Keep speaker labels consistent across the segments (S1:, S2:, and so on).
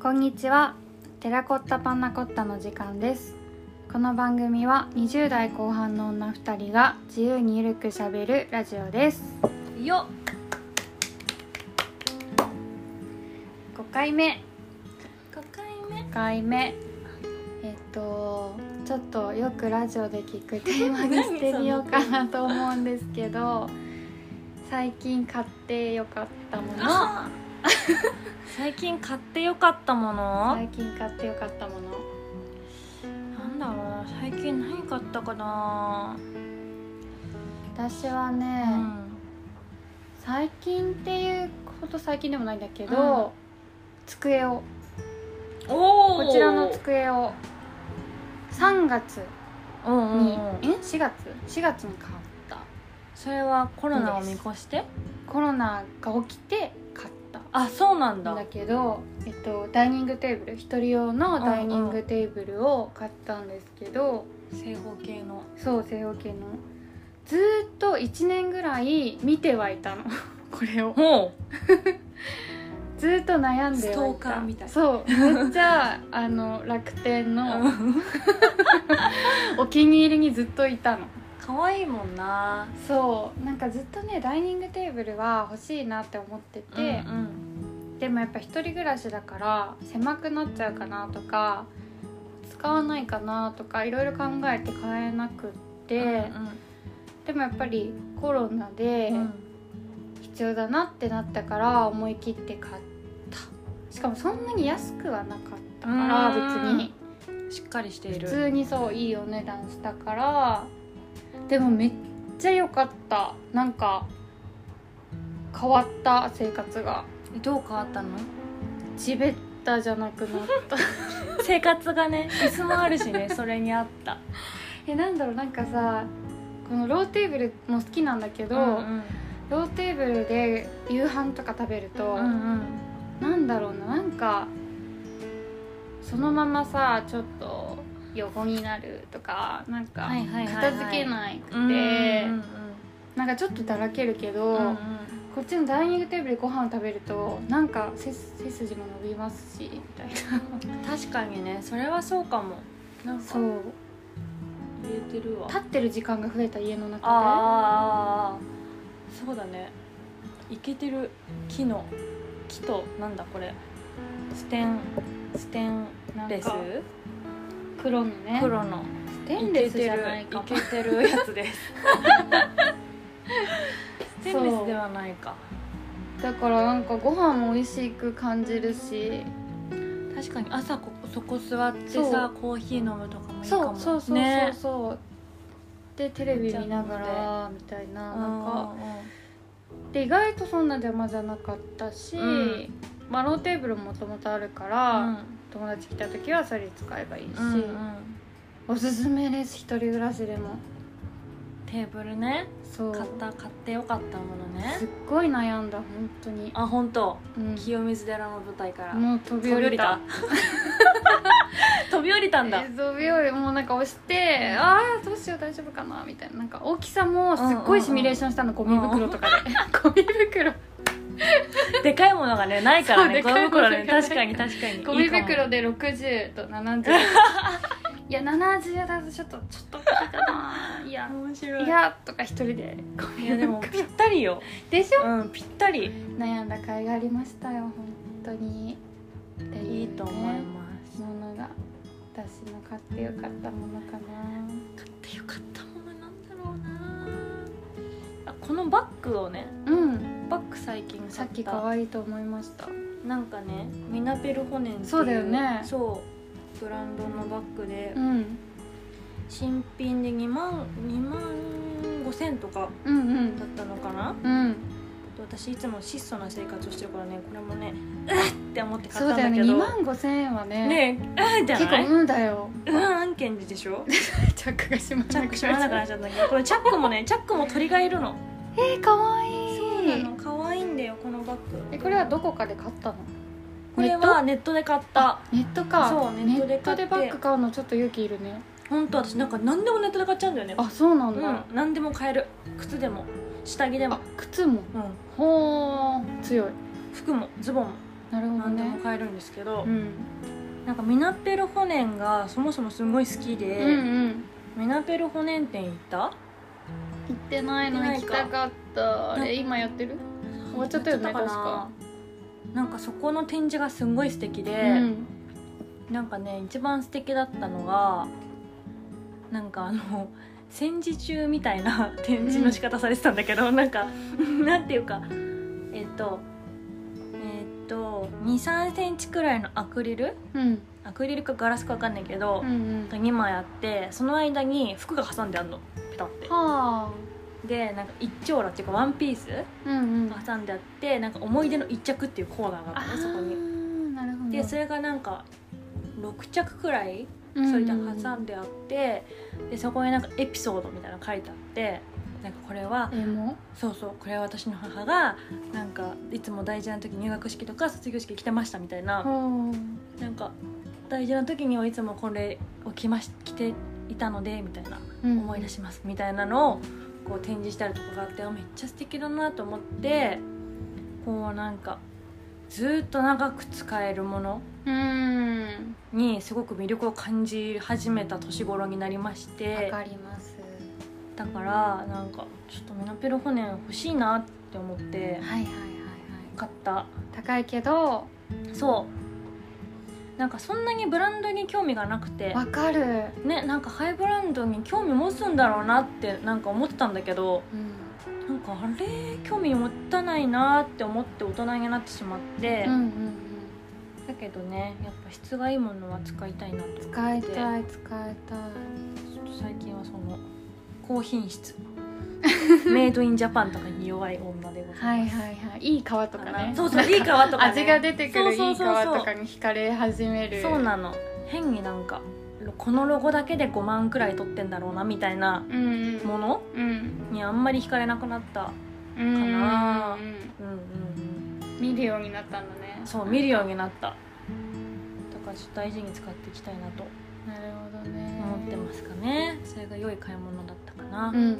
S1: こんにちはテラコッタパンナコッタの時間ですこの番組は20代後半の女2人が自由にゆるくしゃべるラジオです
S2: よ
S1: 5回目
S2: 5回目
S1: 5回目えっとちょっとよくラジオで聞くテーマにしてみようかなと思うんですけど最近買ってよかったもの
S2: の最近買ってよかったもの
S1: 最近買ってよかったもの
S2: なんだろう最近何買ったかな
S1: 私はね、
S2: うん
S1: 最近っていうほど最近でもないんだけど、
S2: うん
S1: 机を
S2: おー
S1: こちらの机を3月
S2: う
S1: に、
S2: んうんうん
S1: え4月4月に買った
S2: それはコロナを見越して
S1: コロナが起きて買った
S2: あそうなんだ
S1: んだけど、えっと、ダイニングテーブル一人用のダイニングテーブルを買ったんですけど、
S2: 正方形の
S1: そう正方形のずーっと1年ぐらい見てはいたの これを
S2: ほ
S1: ずーっと悩んではいた
S2: ストーカーみたい
S1: そうめっちゃあの楽天
S2: う
S1: のお気に入りにずっといたの
S2: 可愛いもんな
S1: そうなんかずっとねダイニングテーブルは欲しいなって思って
S2: で、
S1: て、でもやっぱ一人暮らしだから狭くなっちゃうかなとか使わないかなとかいろいろ考えて買えなくって、でもやっぱりコロナで
S2: うん
S1: 必要だなってなったから思い切って買ったしかもそんなに安くはなかったから別
S2: うん
S1: に
S2: うんしっかりしてい
S1: 普
S2: る
S1: 通にそういいお値段したからでもめっちゃ良かったなんか変わった生活が
S2: どう変わったの
S1: 地べったじゃなくなった
S2: 生活が ね椅子もあるしねそれにあった
S1: えなんだろうなんかさこのローテーブルも好きなんだけど、
S2: うん
S1: ローテーブルで夕飯とか食べると、
S2: うんうんうん
S1: なんだろうななんかそのままさちょっと横になるとかなんか
S2: はいはいはいはい
S1: 片付けなくて、
S2: うん
S1: なんかちょっとだらけるけど、
S2: うんうん
S1: こっちのダイニングテーブルでご飯を食べるとなんか背背筋も伸びますしみたいな
S2: 確かにねそれはそうかもなんか
S1: そう
S2: 言えてるわ
S1: 立ってる時間が増えた家の中
S2: あーあーあーそうだねいけてる木の木となんだこれステンステンレス
S1: なんで黒のね
S2: 黒の
S1: ステ
S2: い
S1: ンレ
S2: け
S1: スじ
S2: て
S1: ゃ
S2: る
S1: ないかも
S2: いけてるやつです ステンレスではないか
S1: だからなんかご飯も美味しく感じるし
S2: 確かに朝ここそこ座って
S1: そう
S2: さコーヒー飲むとかもいいか
S1: そ
S2: も
S1: うそうそうそう
S2: ね
S1: そう、でテレビ見ながらみたいななんかで意外とそんな邪魔じゃなかったし、
S2: うん
S1: まあ、ローテーブルもともとあるか
S2: う
S1: ら、
S2: ん
S1: 友達来た時はそれ使えばいいし、
S2: うんうん
S1: おすすめです一人暮らしでも
S2: テーブルね
S1: そう
S2: 買った買ってよかったものね
S1: すっごい悩んだ本当に、
S2: あ本当
S1: うん
S2: 清水寺の舞台から
S1: もう飛び降りた
S2: 飛び降りたんだ
S1: えー飛び降りもうなんか押してああどうしよう大丈夫かなみたいななんか大きさもすっごいシミュレーションしたの、
S2: んうん
S1: ゴミ袋とかで ゴミ袋
S2: でかいものがねないからね
S1: そ
S2: ゴ
S1: う
S2: ミ
S1: でかいものが
S2: 袋
S1: ね
S2: ね確かに確かに
S1: ゴミ袋
S2: いい
S1: で60と70いや70だとちょっとちょっと大きいかない
S2: か
S1: や
S2: も面白い
S1: いやとか一人でゴ
S2: い
S1: ミ
S2: や でも
S1: 袋
S2: ぴったりよ
S1: でしょ
S2: うんぴったり
S1: 悩んだ甲斐がありましたよ本当にってうね
S2: いいと思います
S1: ものが私の買ってよかったものかな
S2: 買ってよかったものなんだろうなあこのバッグをね
S1: うん
S2: バッグ最近買った
S1: さっき可愛いと思いました
S2: なんかねミナペルホネンっていう
S1: そうだよね
S2: そうブランドのバッグで、
S1: うん
S2: 新品で2万2万5千とか
S1: うんう
S2: だ
S1: ん
S2: ったのかな
S1: うん
S2: 私いつも質素な生活をしてるからねこれもねうっって思って買
S1: そ
S2: っ
S1: う
S2: たん
S1: だよ
S2: だ
S1: ね2
S2: けど
S1: 万5千円はね
S2: ねえうっじゃ
S1: 結
S2: な
S1: 構
S2: い
S1: うんだ よ
S2: うん案件ででしょ
S1: チャックが閉ま
S2: チャック閉まらなくなっちゃったんだ けどこれチャックもねチャックも鳥がいるの
S1: えー、かわいい
S2: そうなの可愛いんだよこのバッグ
S1: えこれはどこかで買ったの
S2: これはネットで買った
S1: ネットか
S2: そうネットで買って
S1: ネットでバッグ買うのちょっと勇気いるね
S2: 本当私なんか何でもネットで買っちゃうんだよね
S1: あそうなんだ、
S2: うん何でも買える靴でも下着でも
S1: あ靴も
S2: うん
S1: ほー強い
S2: 服もズボンも
S1: なるほど
S2: 何でも
S1: ね
S2: 買えるんですけど、
S1: うん
S2: なんかミナペルホネンがそもそもすごい好きで、
S1: うんうん
S2: ミナペルホネン店行った
S1: 行ってないの
S2: 行
S1: 行
S2: って
S1: き
S2: ないか
S1: たかったあ
S2: な
S1: れ今やってる終わっちゃったよね
S2: 終わっちゃったかななんかそこの展示がすごい素敵で、
S1: うん
S2: なんかね一番素敵だったのがなんかあの戦時中みたいな展示の仕方されてたんだけど、なんかなんていうかえっとえっと23センチくらいのアクリル
S1: うん
S2: アクリルかガラスかわかんないけど
S1: うんう、ん
S2: 2枚あってその間に服が挟んであるのペタって
S1: はあ
S2: でなんか一丁羅っていうかワンピース
S1: うんうん
S2: が挟んであってなんか思い出の一着っていうコーナーがあってそこに
S1: ーなるほど
S2: でそれがなんか6着くらいそういった挟んであって、でそこになんかエピソードみたいなの書いてあってなんかこれは
S1: えも
S2: そうそうこれは私の母がなんかいつも大事な時入学式とか卒業式着てましたみたいな、
S1: ほう
S2: なんか大事な時にはいつもこれを着まし着ていたのでみたいな思い出しますみたいなのをこう展示してあるとこがあってあめっちゃ素敵だなと思ってこうなんかずーっと長く使えるもの
S1: うん
S2: にすごく魅力を感じ始めた年頃になりまし
S1: わ
S2: て
S1: かります
S2: だからなんかちょっとメナペロホネン欲しいなって思って
S1: はいはいはいはい
S2: 買った
S1: 高いけど
S2: そうなんかそんなにブランドに興味がなくて
S1: わかる
S2: ねなんかハイブランドに興味持つんだろうなってなんか思ってたんだけど
S1: うん
S2: なんかあれ興味持たないなって思って大人になってしまって、
S1: うんうん
S2: だけどねやっぱ質がいいものは使いたいなと思っ
S1: う
S2: て
S1: ん使い
S2: ち
S1: たい使いたい
S2: ょっと最近はその高品 質メイドインジャパンとかに弱い女でござ
S1: はいい
S2: ます、
S1: はいはいいい皮とかね
S2: そうそういい皮とか、ね、
S1: 味が出てくるいい
S2: そ
S1: う皮
S2: そ
S1: と
S2: うそうそう
S1: かに惹かれ始める
S2: そうなの変になんかこのロゴだけで5万くらい取ってんだろうなみたいな
S1: うんうん
S2: もの
S1: うん
S2: にあんまり惹かれなくなった
S1: うん
S2: かな
S1: うん
S2: うんうんうん
S1: 見るようになったんだね
S2: そう見るようになっただからちょっと大事に使っていきたいなと
S1: なるほどね
S2: 思ってますかねそれが良い買い物だったかな、
S1: うんうんうん
S2: うん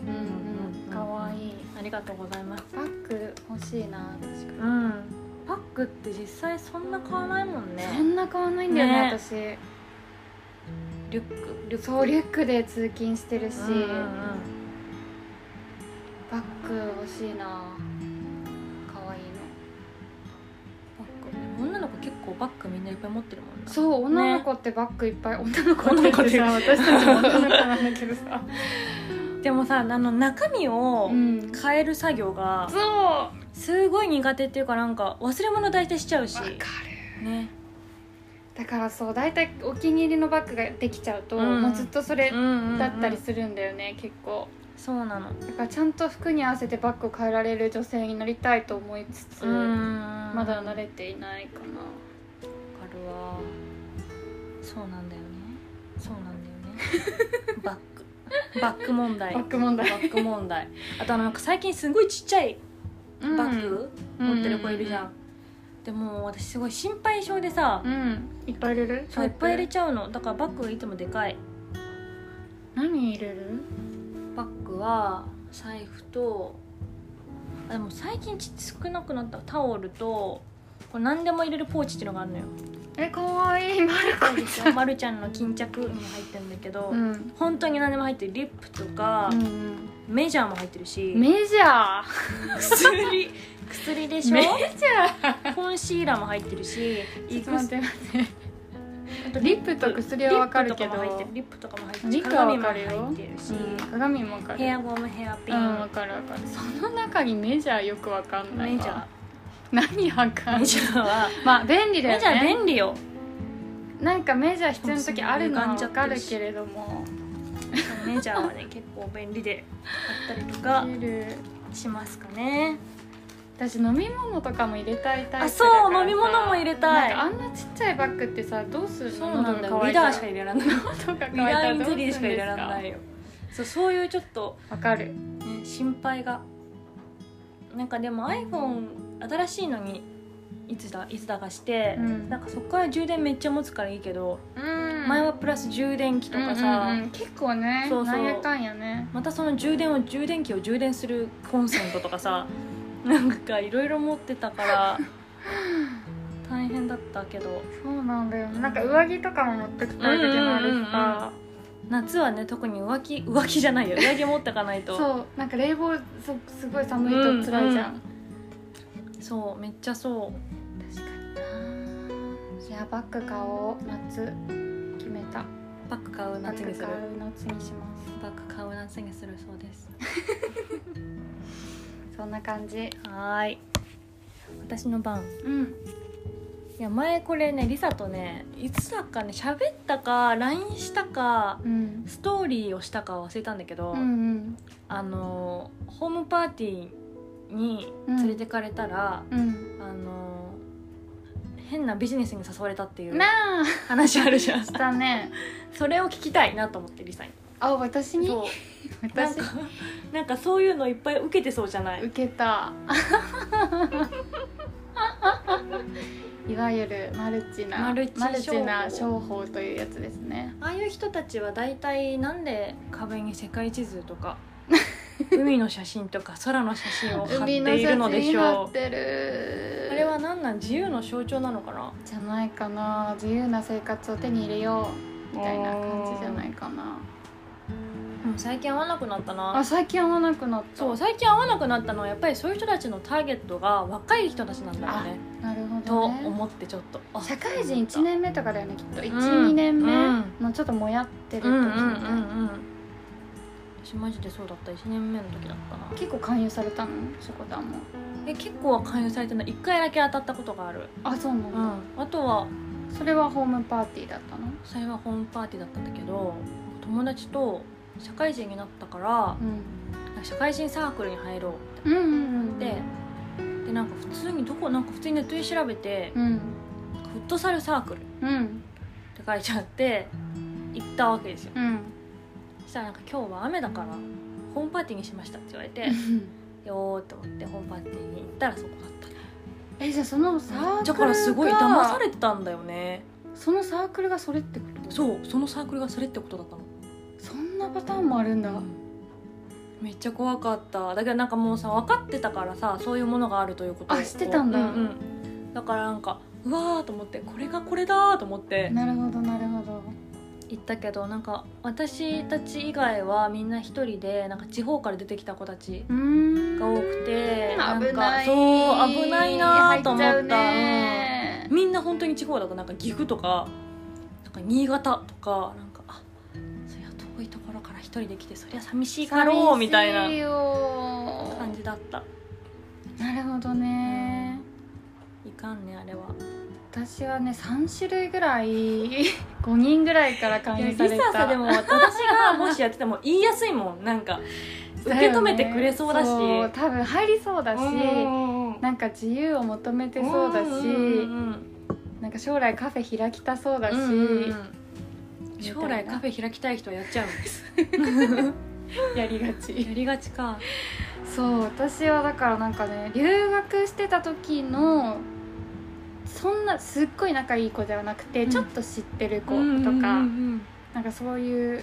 S1: かわいい
S2: ありがとうございます
S1: バッグ欲しいな確かに
S2: うんパックって実際そんな買わないもんね
S1: そんな買わないんだよね
S2: ね
S1: 私
S2: リュックリュック
S1: そうリュックで通勤してるし、
S2: うんうん
S1: バッグ欲しいな可愛いの
S2: うん女の子結構バッグみんないっぱい持ってるもんな
S1: そう女の子ってバッグいっぱい、女の子って
S2: 女の子って
S1: さ私たちも女の子なんだけ どさ
S2: でもさあの中身を
S1: うん
S2: 変える作業が
S1: そうわ
S2: すごい苦手っていうかなんか忘れ物大体しちゃうし
S1: かる
S2: ね
S1: だからそう大体お気に入りのバッグができちゃうと、
S2: うん
S1: もうずっとそれだ
S2: だ
S1: ったりするんだよね、結構
S2: そうなの
S1: だからちゃんと服に合わせてバッグを変えられる女性になりたいと思いつつ、
S2: ま
S1: まだ慣れていないかな
S2: わかるわそうなんだよねそうなんだよね バックバック問題
S1: バッグ問題
S2: バック問題あとあのなんか最近すごいちっちゃい
S1: バ
S2: バッグ、持ってる子いるじゃん、でも私すごい心配性でさ、
S1: うんいっぱい入れる
S2: そういっぱい入れ
S1: る
S2: ちゃうのだからバッグいつもでかい
S1: 何入れる
S2: バッグは財布とあでも最近ち少なくなったタオルとこれ何でも入れるポーチっていうのがあるのよ
S1: えかわいいマルコちゃん
S2: まるちゃんの巾着に入ってるんだけど、
S1: うん
S2: 本当に何でも入ってるリップとか、
S1: うん
S2: メジャーも入ってるし
S1: うんメジャー
S2: 薬薬でしょ
S1: メ
S2: ジャーコンシーラーも入ってるし
S1: ちょっと待って待って
S2: あと
S1: リップと薬はわかるけど
S2: リップとかも入ってるリ
S1: リ
S2: ッ
S1: ップ
S2: プとか
S1: はわ
S2: も入っ
S1: か
S2: て
S1: る
S2: る
S1: よ
S2: し鏡も入ってるし、
S1: 鏡もわかる
S2: ヘアゴムヘアピ
S1: う
S2: ン、
S1: んわかるわかるその中にメジャーよくわかんないわ
S2: メジャ
S1: 何わ
S2: ー
S1: かん
S2: メジャーは
S1: まあ便利だ
S2: メ
S1: よ
S2: ジャー
S1: ね
S2: 便 利よ
S1: なんかメジャー必要な時あるのはわかるけれども
S2: メジャーはね結構便利であったりとか
S1: 入れる
S2: しますかね
S1: 私飲み物とかも入れたいタイプだから
S2: あ
S1: さ
S2: そう飲み物も入れたい
S1: なんかあんなちっちゃいバッグってさどうするの
S2: リー
S1: た
S2: ダー
S1: ら
S2: しか入れられない
S1: 喉が渇
S2: ウ
S1: い
S2: ィダ
S1: た
S2: ー
S1: ら
S2: イ
S1: ど
S2: ン
S1: うす
S2: ゼ
S1: るん
S2: リー
S1: で
S2: し
S1: す
S2: か
S1: か
S2: 入れられないよそうそういうちょっと、
S1: わかる
S2: ね、心配がなんかでも iPhone 新しいのにいつだいつだかして、
S1: うん
S2: なんかそこから充電めっちゃ持つからいいけど、前はプラス充電器とかさ、
S1: うんうんうん結構ね
S2: そうそう
S1: なんやかんやね
S2: またその充電を充電器を充電する コンセントとかさなんかいろいろ持ってたから大変だったけど
S1: そうなんだよねなんか上着とかも持ってきたい時もあるしさ
S2: 夏はね特に浮気浮気じゃないよ上着持ってかないと
S1: そうなんか冷房すすごい寒いと辛いじゃん、
S2: そうめっちゃそ
S1: 確かにないやバッグ買おう夏決めた
S2: うバッグ買う
S1: バ
S2: 夏
S1: ッ
S2: に
S1: グ
S2: す
S1: 買
S2: る
S1: う夏にします
S2: バッグ買う夏にするそうです
S1: そんな感じ
S2: はーい私の番
S1: うん
S2: いや前これねリサとねいつだかね喋ったか LINE したか
S1: うん
S2: ストーリーをしたか忘れたんだけど、
S1: うん
S2: あのーホームパーティーに連れてかれたら、
S1: うん
S2: あのー変なビジネスに誘われたっていう
S1: なあ
S2: 話あるじゃん
S1: したね
S2: それを聞きたいなと思ってリサに
S1: あ私に
S2: そうなん
S1: 私
S2: かなんかそういうのいっぱい受けてそうじゃない
S1: 受け たいわゆるマルチな
S2: マルチ商法
S1: な商法というやつですね
S2: ああいう人たちは大体なんで壁に世界地図と か海の写真とか空の写真を貼って
S1: 海の
S2: い
S1: 写
S2: るのでし
S1: 真貼
S2: ょ
S1: っ
S2: う
S1: てる
S2: あれは何なん自由の象徴なのかな
S1: じゃないかな自由な生活を手に入れようみたいな感じじゃないかな
S2: うん最近会わなくなった
S1: あ
S2: な
S1: 最近会わなくなった
S2: そう最近会わなくなったのはやっぱりそういう人たちのターゲットが若い人たちなんだよね
S1: なるほ
S2: と
S1: ど、ね、
S2: 思ってちょっとあ
S1: 社会人1
S2: そうなんだ
S1: 年目とかだよねきっと12、
S2: うん
S1: 2年目
S2: うん
S1: のちょっともやってる時
S2: うんうん
S1: み
S2: うん
S1: たいな、
S2: うん私マジでそうだった1年目の時だったな
S1: 結構勧誘されたのそこだもん
S2: え結構は勧誘されてない1回だけ当たったことがある
S1: あそうなん
S2: う
S1: だ、
S2: んあとは
S1: それはホームパーティーだったの
S2: それはホームパーティーだったんだけど友達と社会人になったから
S1: うん
S2: 社会人サークルに入ろうって
S1: うんうんうん
S2: ででなんか普通にどこなんか普通にネットで調べて
S1: うん
S2: フットサルサークルって
S1: うん
S2: 書いちゃって行ったわけですよ
S1: うん
S2: そしたらなんか今日は雨だからホームパーティーにしましたって言われてよーって思ってホームパーティーに行ったらそこだったね
S1: えじゃあそのサークルが
S2: だからすごい騙されてたんだよね
S1: そのサークルがそれってこと
S2: そうそのサークルがそれってことだったの
S1: そんなパターンもあるんだ、
S2: めっちゃ怖かっただけどなんかもうさ分かってたからさそういうものがあるということを
S1: あ知ってたんだ
S2: ううんだからなんかうわーと思ってこれがこれだーと思って
S1: なるほどなるほど
S2: 行ったけどなんか私たち以外はみんな一人でなんか地方から出てきた子たち
S1: うーん
S2: が多くてなんか
S1: 危ない
S2: そう危ないなーと思った
S1: 入ちゃうね
S2: うんみんな本当に地方だとなんか岐阜とかなんか新潟とかなんかあそりゃ遠いところから一人で来てそりゃ寂しいかろうみたいな
S1: 寂しよ
S2: 感じだった
S1: なるほどね
S2: いかんねあれは
S1: 私はね3種類ぐらい5 人ぐらいから勧誘された
S2: リサさでも私がもしやってても言いやすいもんなん か受け止めてくれそうだし
S1: だよねそう多分入りそうだし、
S2: うん
S1: なんか自由を求めてそうだし、
S2: うんうん
S1: なんか将来カフェ開きたそうだし、
S2: うんうんうん
S1: みたいな
S2: 将来カフェ開きたい人はやっちゃう
S1: やりが
S2: のや
S1: ち
S2: りがちか
S1: そう私はだからなんかね留学してた時のそんなすっごい仲いい子ではなくて、
S2: うん
S1: ちょっと知ってる子とか、
S2: うん
S1: なんかそういう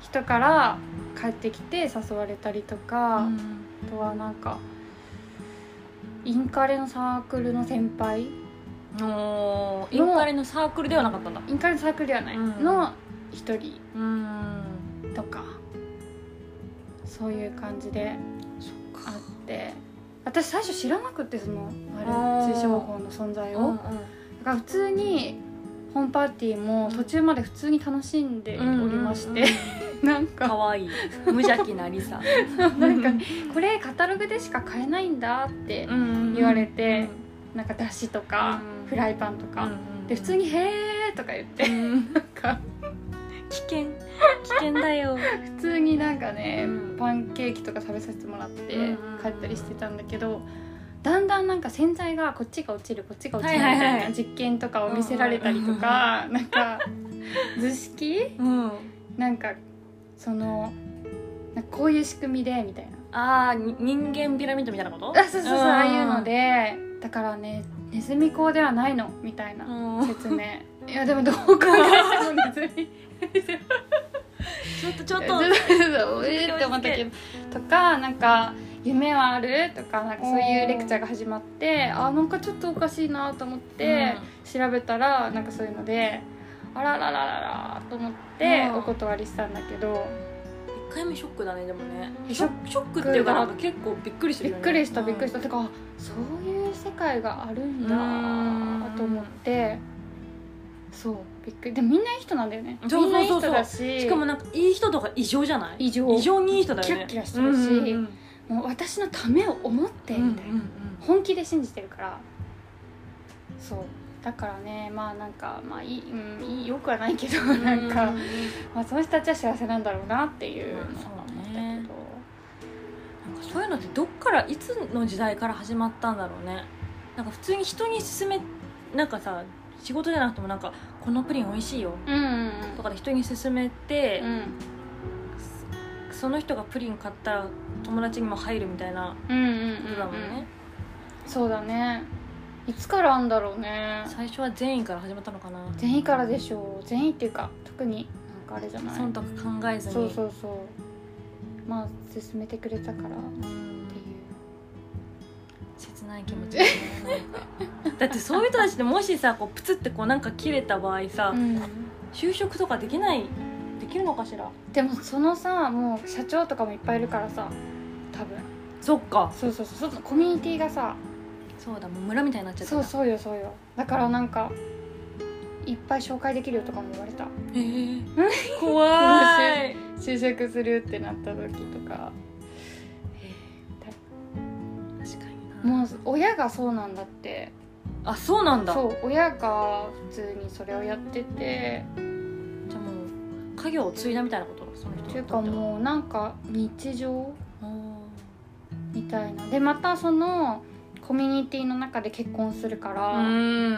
S1: 人から帰ってきて誘われたりと
S2: う
S1: か、
S2: ん
S1: あとはなんかインカレのサークルの先輩
S2: うんおーインカレのサークルではなかったんだ
S1: インカレのサークルではない、
S2: うん
S1: の一人
S2: うん
S1: とかそういう感じで
S2: そっ
S1: あ
S2: か
S1: って私最初知らなくてその
S2: あ
S1: マ
S2: ー
S1: ルチ商法の存在
S2: うんう
S1: を
S2: ん
S1: だから普通にホームパーティーも途中まで普通に楽しんでおりまして、
S2: うんうん
S1: なん
S2: うんか
S1: か
S2: わいい無邪気 なリサ
S1: なんかこれカタログでしか買えないんだって言
S2: 言
S1: われてなんかだしとか
S2: うん
S1: フライパンとかで普通に「へーとか言って
S2: うん
S1: なんか
S2: 危険危険だよ
S1: 普通になんかね
S2: うん
S1: パンケーキとか食べさせてもらって
S2: うん
S1: 帰ったりしてたんだけどだんだんなんか洗剤がこっちが落ちるこっちが落ちるみ
S2: はいはいはい
S1: たいな実験とかを見せられたりとかなんか図式
S2: うん
S1: なんかそのなんかこういう仕組みでみたいな
S2: ああ人間ピラミッドみたいなこと
S1: あそうそうそうああいうのでだからねネズミ講ではないのみたいな
S2: うん
S1: 説 明いやでもどう考えてもネズ ミ
S2: ちょっとちょっ
S1: ちょっと
S2: と
S1: えーって思ったけどとかなんか夢はある?」とかなんかそういうレクチャーが始まってあなんかちょっとおかしいなと思って調べたらなんかそういうので「あららららら」と思って
S2: うん
S1: お断りしたんだけど
S2: 1回目ショックだねでもね
S1: え
S2: ショショックっていうかなんか結構びっくりして
S1: び
S2: る
S1: っ
S2: よね
S1: くりしたびっくりし
S2: した
S1: てかあそういう世界があるん
S2: う
S1: だ
S2: ん
S1: と思ってそうびっくりでもみんないい人なんだよね
S2: そう
S1: みんないい
S2: そうそう
S1: 人
S2: そう
S1: だし
S2: しかもなんかいい人とか異常じゃない
S1: 異常
S2: 異常にいい人だよね
S1: キラキラしてるし
S2: うんうんうん
S1: もう私のためを思ってみたいな。
S2: うんうん
S1: 本気で信じてるからそうだからねまあなんかまあいい,、うん、いいよくはないけど
S2: うん
S1: なんか、
S2: うう
S1: まあ、その人たちは幸せなんだろうなっていうのは
S2: まあそう
S1: 思ったけど、
S2: ねなんかそういうのってどっからいつの時代から始まったんだろうねなんか普通に人に勧めなんかさ仕事じゃなくてもなんかこのプリン美味しいよ
S1: うんうんうん
S2: とかで人に勧めて
S1: う、ん
S2: その人がプリン買ったら友達にも入るみたいな
S1: うんうんうん
S2: ことだもんね、
S1: そうだねいつからあんだろうね
S2: 最初は善意から始まったのかな
S1: 善意からでしょう善意っていうか特になんかあれじゃない
S2: 忖度考えずに
S1: そうそうそうまあ進めてくれたからって
S2: うん
S1: い
S2: 切ない気持ちだ,、ね、なん かだってそういう人たちってもしさこうプツってこうなんか切れた場合さ、
S1: う、うん
S2: 就職とかできないできるのかしら
S1: でもそのさもう社長とかもいっぱいいるからさ多分
S2: そっか
S1: そうそうそうそうコミュニティがさ
S2: そうだもう村みたいになっちゃった
S1: そうそうよそうよだからなんかいっぱい紹介できるよとかも言われた
S2: へえ怖い
S1: 就職するってなった時とか
S2: 確かにな
S1: もう親がそうなんだって
S2: あそうなんだじゃ
S1: そう親が普通にそれをやってて
S2: あもう家業を継いだみたいなことその人
S1: っていうかもうなんか日常
S2: う
S1: みたいなでまたそのコミュニティの中で結婚するから、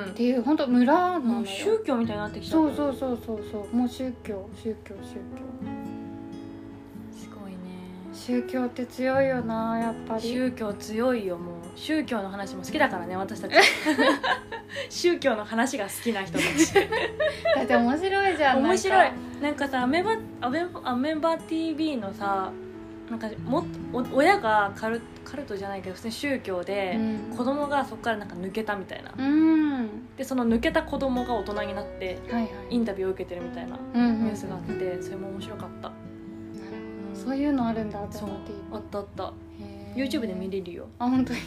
S1: っ
S2: ん
S1: ていう本当村なの
S2: も
S1: よ
S2: う宗教みたいになってきた
S1: そうそうそうそうそうもう宗教宗教
S2: すごいね
S1: 宗教宗教って強いよなやっぱり
S2: 宗教強いよもう宗教の話も好き だからね私たち宗教の話が好きな 人たち
S1: だって面白いじゃん
S2: 面白い
S1: なんか
S2: なんかさアメバアメバアメバ TV のさなんかもっとお親がカルカルトじゃないけど普通に宗教で、子供がそこからなんか抜けたみたいな
S1: うん、うん、
S2: でその抜けた子供が大人になって
S1: はいはい
S2: インタビューを受けてるみたいな
S1: うんうん
S2: ニュースがあってそれも面白かっ
S1: な
S2: た、
S1: るほ
S2: うん
S1: どそういうのあるんだ
S2: そうあったあった
S1: へー
S2: YouTube で見れるよ
S1: あ本当に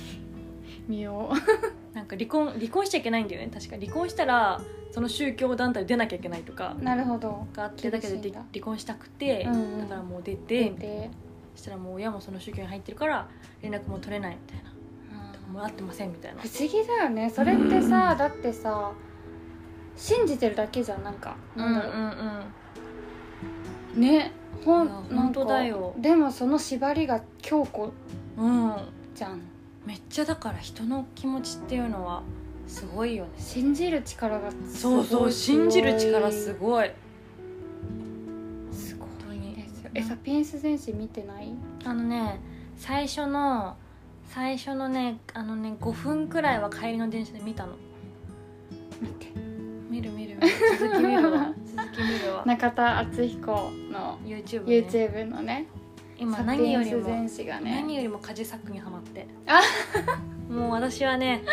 S1: 見よう
S2: なんか離婚離婚しちゃいけないんだよね確か離婚したらその宗教団体を出なきゃいけないとか
S1: なるほど
S2: があってだけど
S1: 厳しい
S2: で
S1: んだ
S2: 離婚したくて、
S1: うんうん
S2: だからもう出て
S1: でで
S2: そしたらもう親もその宗教に入ってるから連絡も取れないみたいなもらってませんみたいな
S1: 不思議だよねそれってさだってさ信じてるだけじゃんなんか、なんだろうねほん
S2: いや
S1: なんか
S2: 本当だよ
S1: でもその縛りが強固
S2: うんうん
S1: じゃん
S2: めっちゃだから人の気持ちっていうのはすごいよね
S1: 信じる力がす
S2: そ
S1: ご
S2: う
S1: い
S2: そう信じる力す
S1: ご
S2: ごい
S1: いすご
S2: 本当
S1: い
S2: に
S1: ですよえサピエンス全史見てない
S2: あのね最初の最初のねあのね5分くらいは帰りの電車で見たの
S1: 見て
S2: 見る見る見る続き見るわ 続き見るわ
S1: 中田敦彦の
S2: YouTube ね
S1: YouTube のね
S2: 今
S1: サピ
S2: 何
S1: エ
S2: よ
S1: ン
S2: り
S1: ス
S2: も
S1: 全史が
S2: 何
S1: ね
S2: よりも家事作にハマって
S1: あ
S2: もう私はね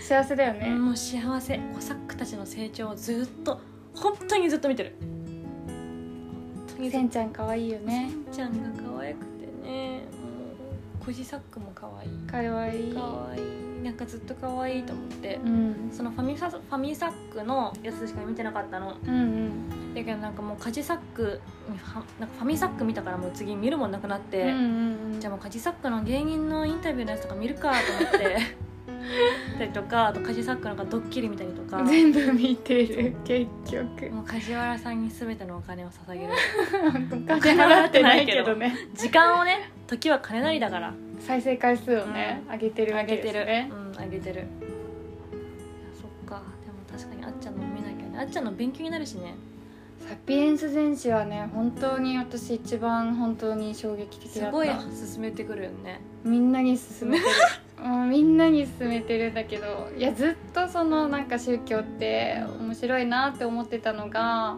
S1: 幸せだよね
S2: もう幸せコサックたちの成長をずっと本当にずっと見てる本当にず
S1: せ
S2: っ
S1: んちゃん可愛いよ
S2: と
S1: ね
S2: せんちゃんが可愛くてねもうコジサックも可愛い
S1: 可愛い
S2: 可愛いなんかずっと可愛いと思って
S1: うん
S2: そのファミサファミサックのやつしか見てなかったの
S1: うんうん
S2: だけどなんかもうカジサックにファなんかファミサック見たからもう次見るもんなくなって、
S1: うんうんうん
S2: じゃあもうカジサックの芸人のインタビューのやつとか見るかと思って たりとかあとカジサックのなんかドッキリ見たりとか
S1: 全部見てる結局
S2: もう梶原さんに全てのお金を捧げる
S1: お金払ってないけどね
S2: 時間をね時は金なりだから
S1: 再生回数をね上げてるわ
S2: あ
S1: けで
S2: げて
S1: す
S2: る、
S1: ね
S2: うんあげてるいやそっかでも確かにあっちゃんの見なきゃねあっちゃんの勉強になるしね
S1: サピエンス全史はね本当に私一番本当に衝撃的
S2: す
S1: だっ
S2: ごい
S1: た
S2: 進めてくるよね
S1: みんなに勧 めてるもうみんなに勧めてるんだけどいやずっとそのなんか宗教って面白いなって思ってたのが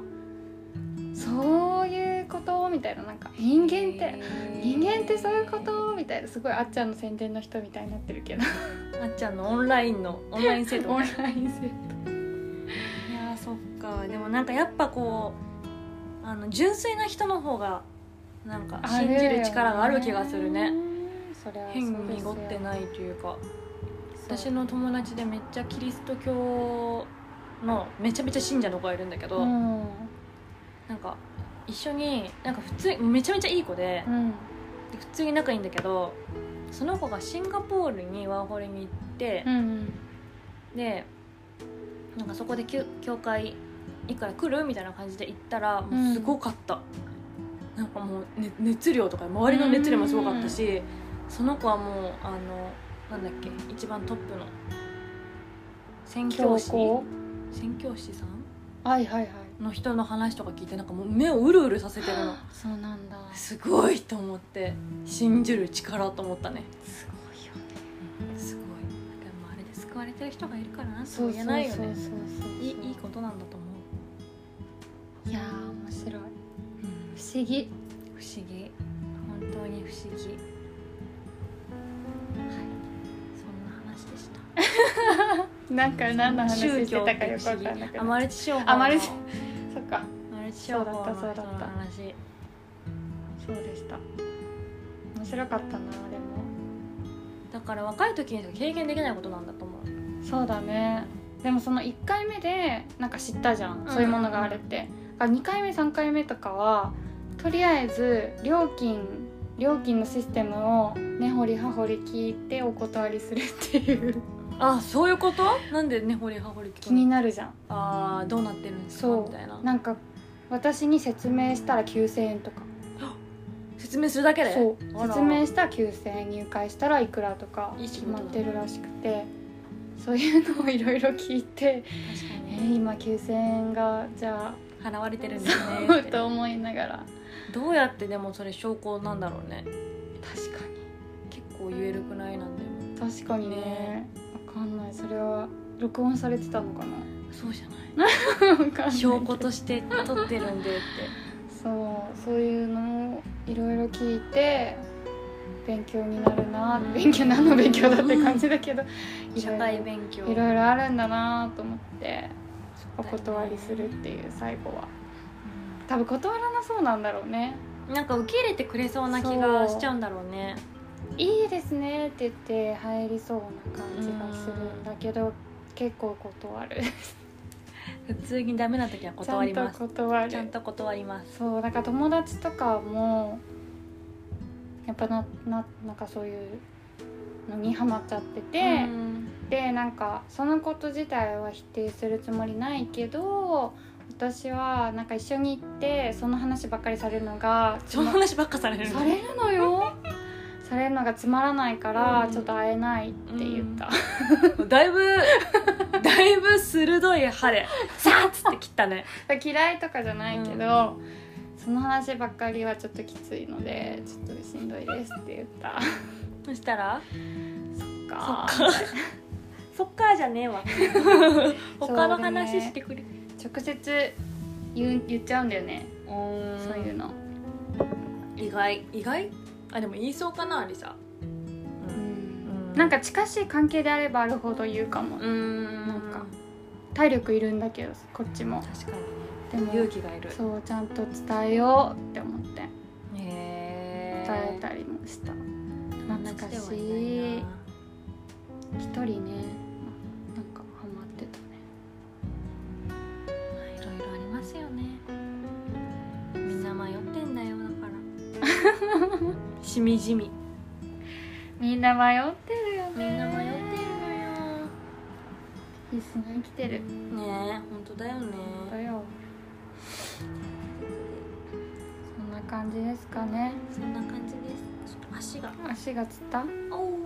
S1: そういういうことみたいななんか人間って
S2: へー
S1: 人間ってそういうことみたいなすごいあっちゃんの宣伝の人みたいになってるけど
S2: あっちゃんのオンラインのオンライン制
S1: オ
S2: 度
S1: ン
S2: い
S1: ライン制
S2: やーそっかでもなんかやっぱこうあの純粋な人の方がなんか信じる力がある気がするね
S1: それはそうですよ
S2: 変に濁ってないというか
S1: そう
S2: 私の友達でめっちゃキリスト教のめちゃめちゃ信者の子がいるんだけど、
S1: うん
S2: なんか一緒になんか普通にめちゃめちゃいい子で
S1: うん
S2: で普通に仲いいんだけどその子がシンガポールにワーホリに行って
S1: う、ん
S2: でなんかそこできゅ教会いくら来るみたいな感じで行ったら
S1: う
S2: も
S1: ん
S2: うすごかった、なんかもう、ね、熱量とか周りの熱量もすごかったし、その子はもうあのなんだっけ一番トップの宣教
S1: 強
S2: 師
S1: 行
S2: 宣教師さん
S1: はいはいはい
S2: の人の話とか聞いてなんかもう目をうるうるさせてるの
S1: そうなんだ
S2: すごいと思って信じる力と思ったね
S1: すごいよね
S2: すごいでもあれで救われてる人がいるからなんと
S1: そう
S2: も
S1: そう
S2: 言え
S1: そう
S2: ないよ
S1: そう
S2: ね
S1: そう
S2: いいいいことなんだと思う
S1: いやー面白い
S2: うん
S1: 不思議
S2: 不思議本当に不思議はいそんな話でした
S1: なんか何の話してたかよくわかんなくなっちゃ
S2: あ
S1: う
S2: マルチ商法
S1: あ
S2: の
S1: マルチそっか
S2: マルチ商法の人
S1: そうだったそう
S2: の
S1: だった
S2: 話
S1: そうでした面白かったなでも
S2: だから若い時にしか経験できないことなんだと思う
S1: そうだねでもその1回目でなんか知ったじゃん、
S2: ん
S1: そういうものがあるってだ2回目3回目とかはとりあえず料金料金のシステムを根掘り葉掘り聞いてお断りするっていう
S2: あそういうことなんでねほりはほり聞くの
S1: 気になるじゃん
S2: あーどうなってるんですか
S1: そう
S2: みたいな
S1: なんか私に説明したら9,000円とか
S2: 説明するだけで
S1: そう
S2: あら
S1: 説明したら9,000円入会したらいくらとか
S2: いい仕
S1: 決
S2: 事
S1: ま
S2: だ
S1: ってるらしくてそういうのをいろいろ聞いて
S2: 確か
S1: え
S2: に
S1: ー今9,000円がじゃ
S2: 払われてるんです
S1: あ、
S2: ねっ て
S1: と思いながら
S2: どうやってでもそれ証拠なんだろうね
S1: 確かに
S2: 結構言えるくらいなんだよ
S1: 確かにね
S2: ね
S1: わかんないそれは録音されてたのか
S2: そうじゃない
S1: なわかんない
S2: 証拠として取ってるんでって
S1: そうそういうのをいろいろ聞いて勉強になるな勉強何の勉強だって感じだ けど
S2: 社会勉強
S1: いろいろあるんだなと思ってお断りするっていう最後は多分断らなそうなんだろうね
S2: うんなんか受け入れてくれそうな気がしちゃうんだろうね
S1: いいですねって言って入りそうな感じがするんだけど結構断 る
S2: 普通にダメな時は断り
S1: ちゃん
S2: ま
S1: と
S2: す
S1: 断る
S2: ちゃんと断ります
S1: そうだから友達とかもやっぱなななんかそういうのにハマっちゃってて、
S2: うん
S1: でなんかそのこと自体は否定するつもりないけど私はなんか一緒に行ってその話ばっかりされるのが
S2: その話ばっかされるの
S1: されるのよ されるのがつまらないから
S2: うん
S1: ちょっと会えないって言った、
S2: だい ぶだいぶ鋭い歯でさーっつって切ったね
S1: 嫌いとかじゃないけど、その話ばっかりはちょっときついのでちょっとしんどいですって言った
S2: そしたら
S1: そっ
S2: そっ
S1: か
S2: かそっかじゃねえわ 他の話してくれ
S1: 直接言う言っちゃうんだよね、
S2: そ
S1: そうう
S2: い
S1: いううの、
S2: 意外意外あでも言いそうかなリサうん
S1: なんか近しい関係であればあるほど言うかも、
S2: ん
S1: なんか体力いるんだけどこっちも
S2: 確か
S1: でも
S2: に勇気がいる
S1: そうちゃんと伝えようって思って
S2: へ
S1: 伝えたりもした懐かしい一人ねなんかハマってたね
S2: いろいろありますよねみんな迷ってんだよだから しみじみ
S1: みんな迷ってるよ
S2: みんな
S1: ね
S2: 迷ってる
S1: 必死に生きてる
S2: のよねえ本当だよね
S1: だよそんな感じですかね
S2: そんな感じですちょっと足が
S1: 足がつった
S2: おお。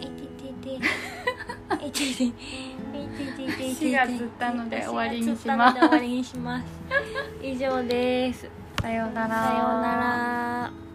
S2: えて てて。えてて。えててて。
S1: 足がつったので終わりにします
S2: 足がつったので終わりにします。以上です。
S1: さようなら
S2: さようなら。